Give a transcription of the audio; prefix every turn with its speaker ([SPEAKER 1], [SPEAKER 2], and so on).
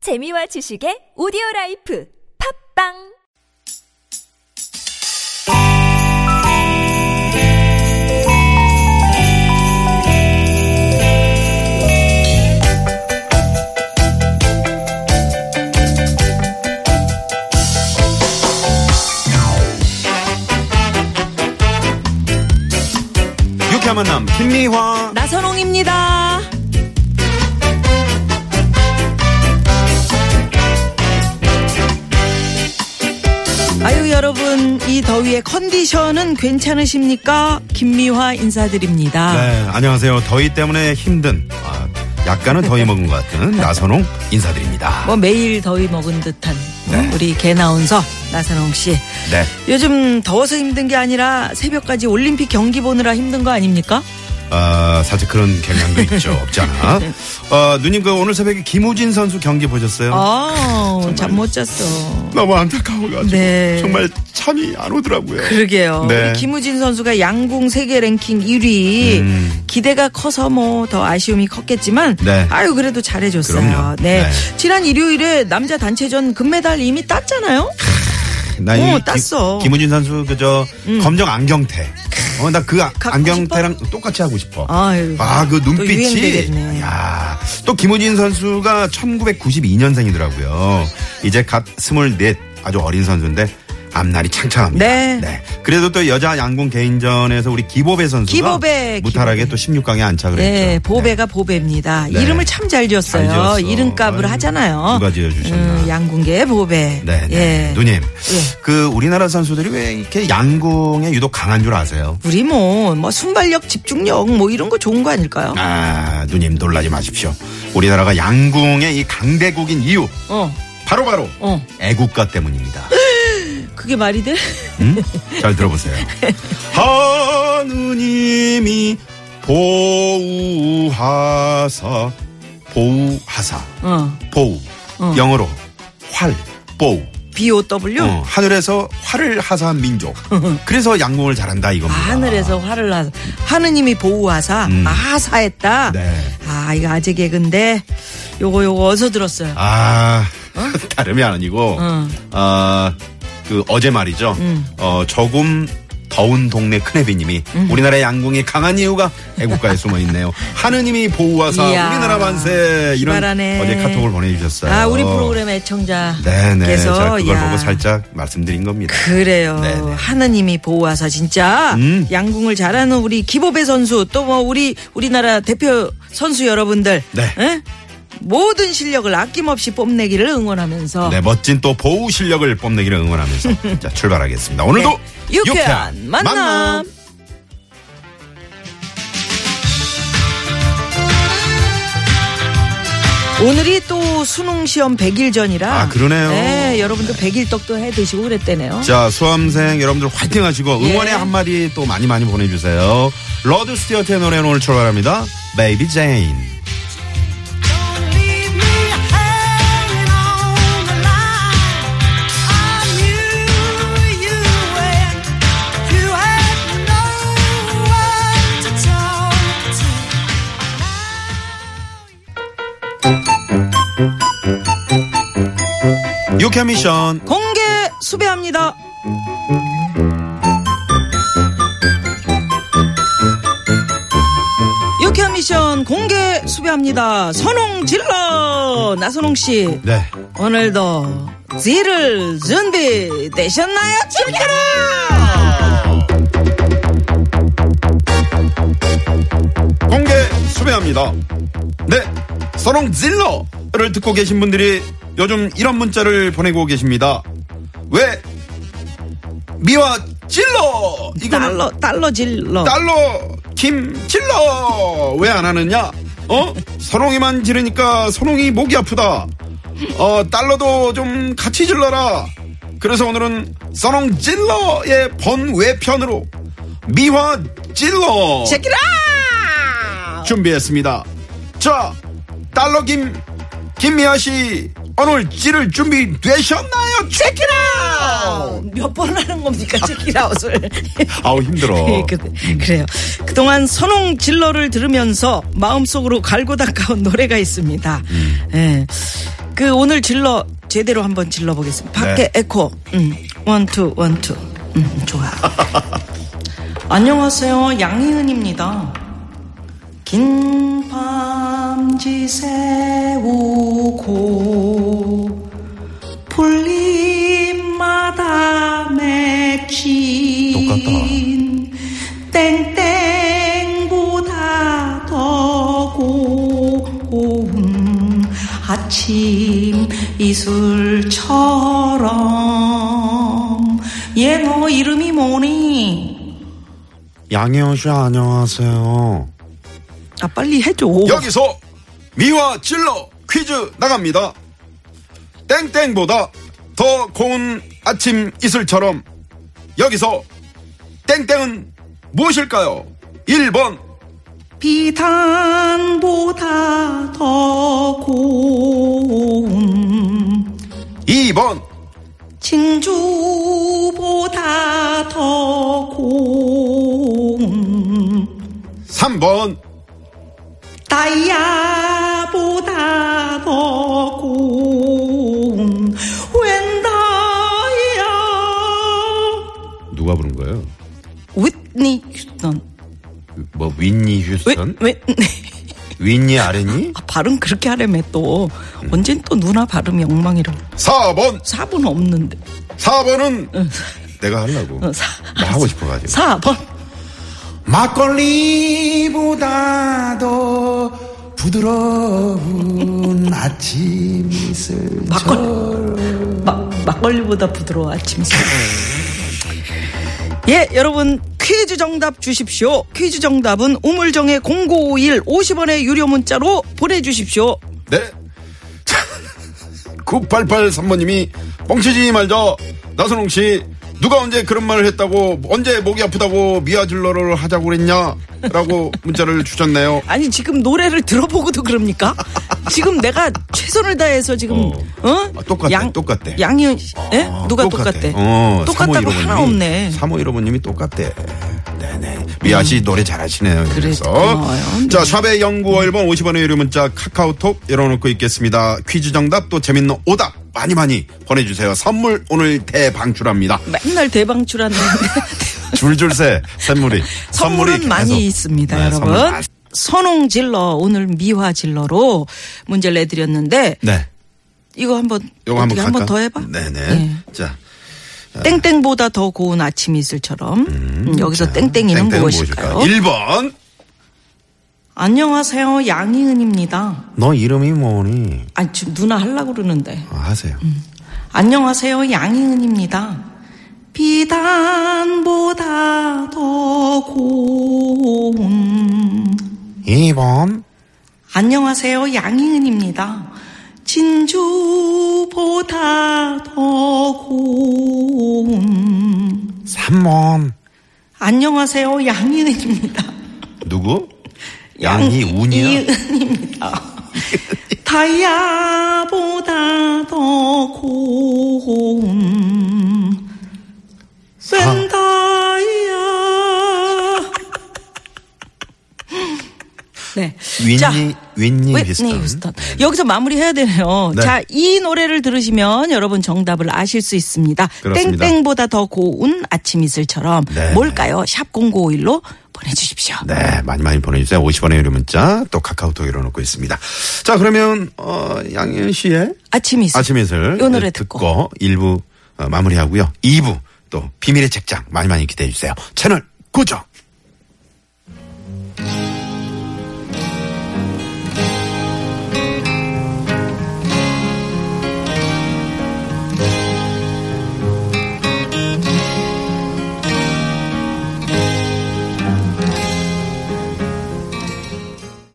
[SPEAKER 1] 재미와 지식의 오디오 라이프 팝빵
[SPEAKER 2] 유쾌한 만남 김미화
[SPEAKER 3] 나선홍입니다. 아유 여러분 이 더위에 컨디션은 괜찮으십니까? 김미화 인사드립니다.
[SPEAKER 2] 네, 안녕하세요 더위 때문에 힘든 아, 약간은 더위 먹은 것 같은 나선홍 인사드립니다
[SPEAKER 3] 뭐 매일 더위 먹은 듯한
[SPEAKER 2] 네.
[SPEAKER 3] 우리 개나운서 나선홍 씨.
[SPEAKER 2] 네
[SPEAKER 3] 요즘 더워서 힘든 게 아니라 새벽까지 올림픽 경기 보느라 힘든 거 아닙니까?
[SPEAKER 2] 아, 사실 그런 경향도 있죠 없잖아 아, 누님 그 오늘 새벽에 김우진 선수 경기 보셨어요?
[SPEAKER 3] 아, 잠 못 잤어.
[SPEAKER 2] 너무 안타까워가지고
[SPEAKER 3] 네.
[SPEAKER 2] 정말 잠이 안 오더라고요
[SPEAKER 3] 그러게요.
[SPEAKER 2] 네.
[SPEAKER 3] 우리 김우진 선수가 양궁 세계 랭킹 1위.
[SPEAKER 2] 음.
[SPEAKER 3] 기대가 커서 뭐 더 아쉬움이 컸겠지만
[SPEAKER 2] 네.
[SPEAKER 3] 아유 그래도 잘해줬어요.
[SPEAKER 2] 그럼요.
[SPEAKER 3] 네.
[SPEAKER 2] 네.
[SPEAKER 3] 지난 일요일에 남자 단체전 금메달 이미 땄잖아요.
[SPEAKER 2] 나이
[SPEAKER 3] 어,
[SPEAKER 2] 김-
[SPEAKER 3] 땄어. 음.
[SPEAKER 2] 김우진 선수 그저 검정 안경테 어, 나 그
[SPEAKER 3] 갖고
[SPEAKER 2] 안경테랑 똑같이 하고 싶어
[SPEAKER 3] 아유.
[SPEAKER 2] 아, 그
[SPEAKER 3] 또
[SPEAKER 2] 눈빛이.
[SPEAKER 3] 유행되겠네.
[SPEAKER 2] 야, 또 김우진 선수가 1992년생이더라고요. 이제 갓 24, 아주 어린 선수인데 앞날이 창창합니다.
[SPEAKER 3] 네.
[SPEAKER 2] 그래도 또 여자 양궁 개인전에서 우리 기보배 선수가
[SPEAKER 3] 기보배,
[SPEAKER 2] 무탈하게
[SPEAKER 3] 기보배.
[SPEAKER 2] 또 16강에 안착을
[SPEAKER 3] 네,
[SPEAKER 2] 했죠.
[SPEAKER 3] 보배가 보배입니다.
[SPEAKER 2] 네.
[SPEAKER 3] 이름을 참 잘
[SPEAKER 2] 잘 지었어.
[SPEAKER 3] 지었어요. 이름값을
[SPEAKER 2] 아유,
[SPEAKER 3] 하잖아요. 음,
[SPEAKER 2] 누가 지어주셨나.
[SPEAKER 3] 양궁계 보배.
[SPEAKER 2] 네, 네.
[SPEAKER 3] 예.
[SPEAKER 2] 누님.
[SPEAKER 3] 예.
[SPEAKER 2] 그 우리나라 선수들이 왜 이렇게 양궁에 유독 강한 줄 아세요?
[SPEAKER 3] 우리 뭐, 뭐 순발력, 집중력 뭐 이런 거 좋은 거 아닐까요?
[SPEAKER 2] 아, 누님 놀라지 마십시오. 우리나라가 양궁의 이 강대국인 이유
[SPEAKER 3] 어,
[SPEAKER 2] 바로바로
[SPEAKER 3] 어.
[SPEAKER 2] 애국가 때문입니다.
[SPEAKER 3] 그게 말이 돼?
[SPEAKER 2] 음? 잘 들어보세요. 하느님이 보우하사 보우하사
[SPEAKER 3] 어.
[SPEAKER 2] 보우
[SPEAKER 3] 어.
[SPEAKER 2] 영어로 활 보우
[SPEAKER 3] BOW?
[SPEAKER 2] 어, 하늘에서 활을 하사한 민족 그래서 양궁을 잘한다 이겁니다.
[SPEAKER 3] 하늘에서 화를 나 하느님이 보호하사
[SPEAKER 2] 음.
[SPEAKER 3] 아사했다.
[SPEAKER 2] 네.
[SPEAKER 3] 아 이거 아재 개그인데 요거 요거 어서 들었어요.
[SPEAKER 2] 아 다름이 아니고
[SPEAKER 3] 어. 음.
[SPEAKER 2] 아, 그 어제 말이죠. 어, 조금 더운 동네 큰애비님이
[SPEAKER 3] 음.
[SPEAKER 2] 우리나라의 양궁이 강한 이유가 애국가에 숨어 있네요. 하느님이 보호하사
[SPEAKER 3] 이야,
[SPEAKER 2] 우리나라 만세 이런
[SPEAKER 3] 기발하네.
[SPEAKER 2] 어제 카톡을 보내주셨어요.
[SPEAKER 3] 아 우리 프로그램 애청자.
[SPEAKER 2] 네네 제가 그걸
[SPEAKER 3] 야.
[SPEAKER 2] 보고 살짝 말씀드린 겁니다.
[SPEAKER 3] 그래요.
[SPEAKER 2] 네네.
[SPEAKER 3] 하느님이 보호하사 진짜
[SPEAKER 2] 음.
[SPEAKER 3] 양궁을 잘하는 우리 기보배 선수 또 뭐 우리 우리나라 대표 선수 여러분들
[SPEAKER 2] 네.
[SPEAKER 3] 에? 모든 실력을 아낌없이 뽐내기를 응원하면서
[SPEAKER 2] 네 멋진 또 보호 실력을 뽐내기를 응원하면서 자 출발하겠습니다. 오늘도
[SPEAKER 3] 네. 유쾌한 만남. 오늘이 또 수능 시험 100일 전이라
[SPEAKER 2] 아, 그러네요.
[SPEAKER 3] 네, 여러분들 100일 떡도 해 드시고 그랬대네요.
[SPEAKER 2] 자 수험생 여러분들 화이팅하시고 응원의
[SPEAKER 3] 예.
[SPEAKER 2] 한마디 또 많이 많이 보내주세요. 러드 스튜어트의 노래는 오늘 출발합니다. 베이비 제인.
[SPEAKER 4] Don't leave me hanging on the line. I knew you when you had no one to talk to.
[SPEAKER 2] 유쾌 미션
[SPEAKER 3] 공개 수배합니다. 유쾌한 미션 공개 수배합니다. 선홍 질러 나선홍 씨
[SPEAKER 2] 네.
[SPEAKER 3] 오늘도 질을 준비 되셨나요? 출발라
[SPEAKER 2] 공개 수배합니다. 네. 선홍 질러를 듣고 계신 분들이 요즘 이런 문자를 보내고 계십니다. 왜 미와 질러 이거는
[SPEAKER 3] 달러 달러 질러
[SPEAKER 2] 달러 김 질러 왜 안 하느냐? 어? 선홍이만 지르니까 선홍이 목이 아프다. 어 달러도 좀 같이 질러라. 그래서 오늘은 선홍 질러의 번외편으로 미화 질러
[SPEAKER 3] 제끼라
[SPEAKER 2] 준비했습니다. 자, 달러김 김미아 씨 오늘 찌를 준비 되셨나요? 체키라!
[SPEAKER 3] 몇 번 하는 겁니까 제끼라웃을
[SPEAKER 2] 아우 힘들어.
[SPEAKER 3] 그, 래요 그동안 선홍
[SPEAKER 2] 음.
[SPEAKER 3] 질러를 들으면서 마음속으로 갈고 닦아온 노래가 있습니다. 예. 그 오늘 질러 제대로 한번 질러 보겠습니다.
[SPEAKER 2] 네.
[SPEAKER 3] 밖에 에코. 음. 원투 원투. 음, 좋아. 안녕하세요. 양희은입니다. 긴밤 지새우고 풀잎마다 맺힌 땡땡보다 더 고운 아침 이슬처럼 얘 너 이름이 뭐니?
[SPEAKER 2] 양혜원 씨 안녕하세요.
[SPEAKER 3] 아 빨리 해줘
[SPEAKER 2] 여기서 미와 찔러 퀴즈 나갑니다. 땡땡보다 더 고운 아침 이슬처럼 여기서 땡땡은 무엇일까요? 1번
[SPEAKER 3] 비단보다 더 고운
[SPEAKER 2] 2번
[SPEAKER 3] 진주보다 더 고운
[SPEAKER 2] 3번
[SPEAKER 3] 다이아보다 더 고운 웬다이아
[SPEAKER 2] 누가 부른 거예요?
[SPEAKER 3] 윗니 휴스턴
[SPEAKER 2] 뭐 윈니 휴스턴?
[SPEAKER 3] 웬
[SPEAKER 2] 윈니 아레니?
[SPEAKER 3] 아, 발음 그렇게 하려면 또 언젠 또 누나 발음이 엉망이라고
[SPEAKER 2] 4번
[SPEAKER 3] 4분 없는데
[SPEAKER 2] 4번은 내가 하려고
[SPEAKER 3] 어, 사,
[SPEAKER 2] 나뭐 하고 싶어가지고
[SPEAKER 3] 4번
[SPEAKER 5] 막걸리보다 더 부드러운 아침 이슬
[SPEAKER 3] 막걸리 막 막걸리보다 부드러워 아침 술. 예, 여러분 퀴즈 정답 주십시오. 퀴즈 정답은 우물정의 0951 50원의 유료 문자로 보내주십시오.
[SPEAKER 2] 네. 9883번님이 뻥치지 말자. 나선홍 씨, 누가 언제 그런 말을 했다고, 언제 목이 아프다고 미아질러를 하자고 그랬냐? 라고 문자를 주셨네요.
[SPEAKER 3] 아니 지금 노래를 들어보고도 그럽니까? 지금 내가 최선을 다해서 지금 어,
[SPEAKER 2] 아, 똑같대, 똑같대.
[SPEAKER 3] 양이 예? 누가 똑같대?
[SPEAKER 2] 어,
[SPEAKER 3] 똑같다고 하나 없네.
[SPEAKER 2] 3515번님이 똑같대. 네네. 미아 씨 노래 잘하시네요.
[SPEAKER 3] 음. 그래,
[SPEAKER 2] 그래서.
[SPEAKER 3] 고마워요. 네.
[SPEAKER 2] 자, 샵의 0951번 50원의 유료 문자 카카오톡 열어놓고 있겠습니다. 퀴즈 정답 또 재밌는 오답 많이 많이 보내주세요. 선물 오늘 대방출합니다.
[SPEAKER 3] 맨날 대방출하는
[SPEAKER 2] 줄줄새 샘물이
[SPEAKER 3] 선물은 많이
[SPEAKER 2] 계속.
[SPEAKER 3] 있습니다,
[SPEAKER 2] 네, 선물
[SPEAKER 3] 여러분.
[SPEAKER 2] 많-
[SPEAKER 3] 선홍 질러 오늘 미화 질러로 문제를 내드렸는데
[SPEAKER 2] 네,
[SPEAKER 3] 이거 한번
[SPEAKER 2] 요거 한번
[SPEAKER 3] 어떻게
[SPEAKER 2] 갈까?
[SPEAKER 3] 한번 더 해봐. 예.
[SPEAKER 2] 네네. 아. 자,
[SPEAKER 3] 땡땡보다 더 고운 아침 이슬처럼 음, 여기서 땡땡이는
[SPEAKER 2] 땡땡은
[SPEAKER 3] 무엇일까요?
[SPEAKER 2] 1번.
[SPEAKER 3] 안녕하세요 양희은입니다.
[SPEAKER 2] 너 이름이 뭐니?
[SPEAKER 3] 아니 지금 누나 하려고 그러는데
[SPEAKER 2] 아, 하세요.
[SPEAKER 3] 음. 안녕하세요 양희은입니다. 비단보다 더 고운
[SPEAKER 2] 2번.
[SPEAKER 3] 안녕하세요. 양희은입니다. 진주보다 더 고운.
[SPEAKER 2] 3번.
[SPEAKER 3] 안녕하세요. 양희은입니다.
[SPEAKER 2] 누구? 양이 운이야?
[SPEAKER 3] 이은입니다. 다이아보다 더 고운.
[SPEAKER 2] 아.
[SPEAKER 3] 샌다이아. 네. 자.
[SPEAKER 2] 윈니, 윈니
[SPEAKER 3] 휘트니
[SPEAKER 2] 비슷한.
[SPEAKER 3] 휴스턴. 여기서 마무리해야 되네요.
[SPEAKER 2] 네.
[SPEAKER 3] 자, 이 노래를 들으시면 여러분 정답을 아실 수 있습니다.
[SPEAKER 2] 그렇습니다.
[SPEAKER 3] 땡땡보다 더 고운 아침 이슬처럼
[SPEAKER 2] 네.
[SPEAKER 3] 뭘까요? 샵 0951로 보내주십시오.
[SPEAKER 2] 네, 많이 많이 보내주세요. 50원의 유료 문자, 또 카카오톡 열어놓고 있습니다. 자, 그러면, 어, 양현 씨의
[SPEAKER 3] 아침 이슬.
[SPEAKER 2] 아침 이슬
[SPEAKER 3] 요 노래
[SPEAKER 2] 듣고, 어,
[SPEAKER 3] 듣고.
[SPEAKER 2] 1부 마무리하고요. 2부 또 비밀의 책장 많이 많이 기대해 주세요. 채널 고정.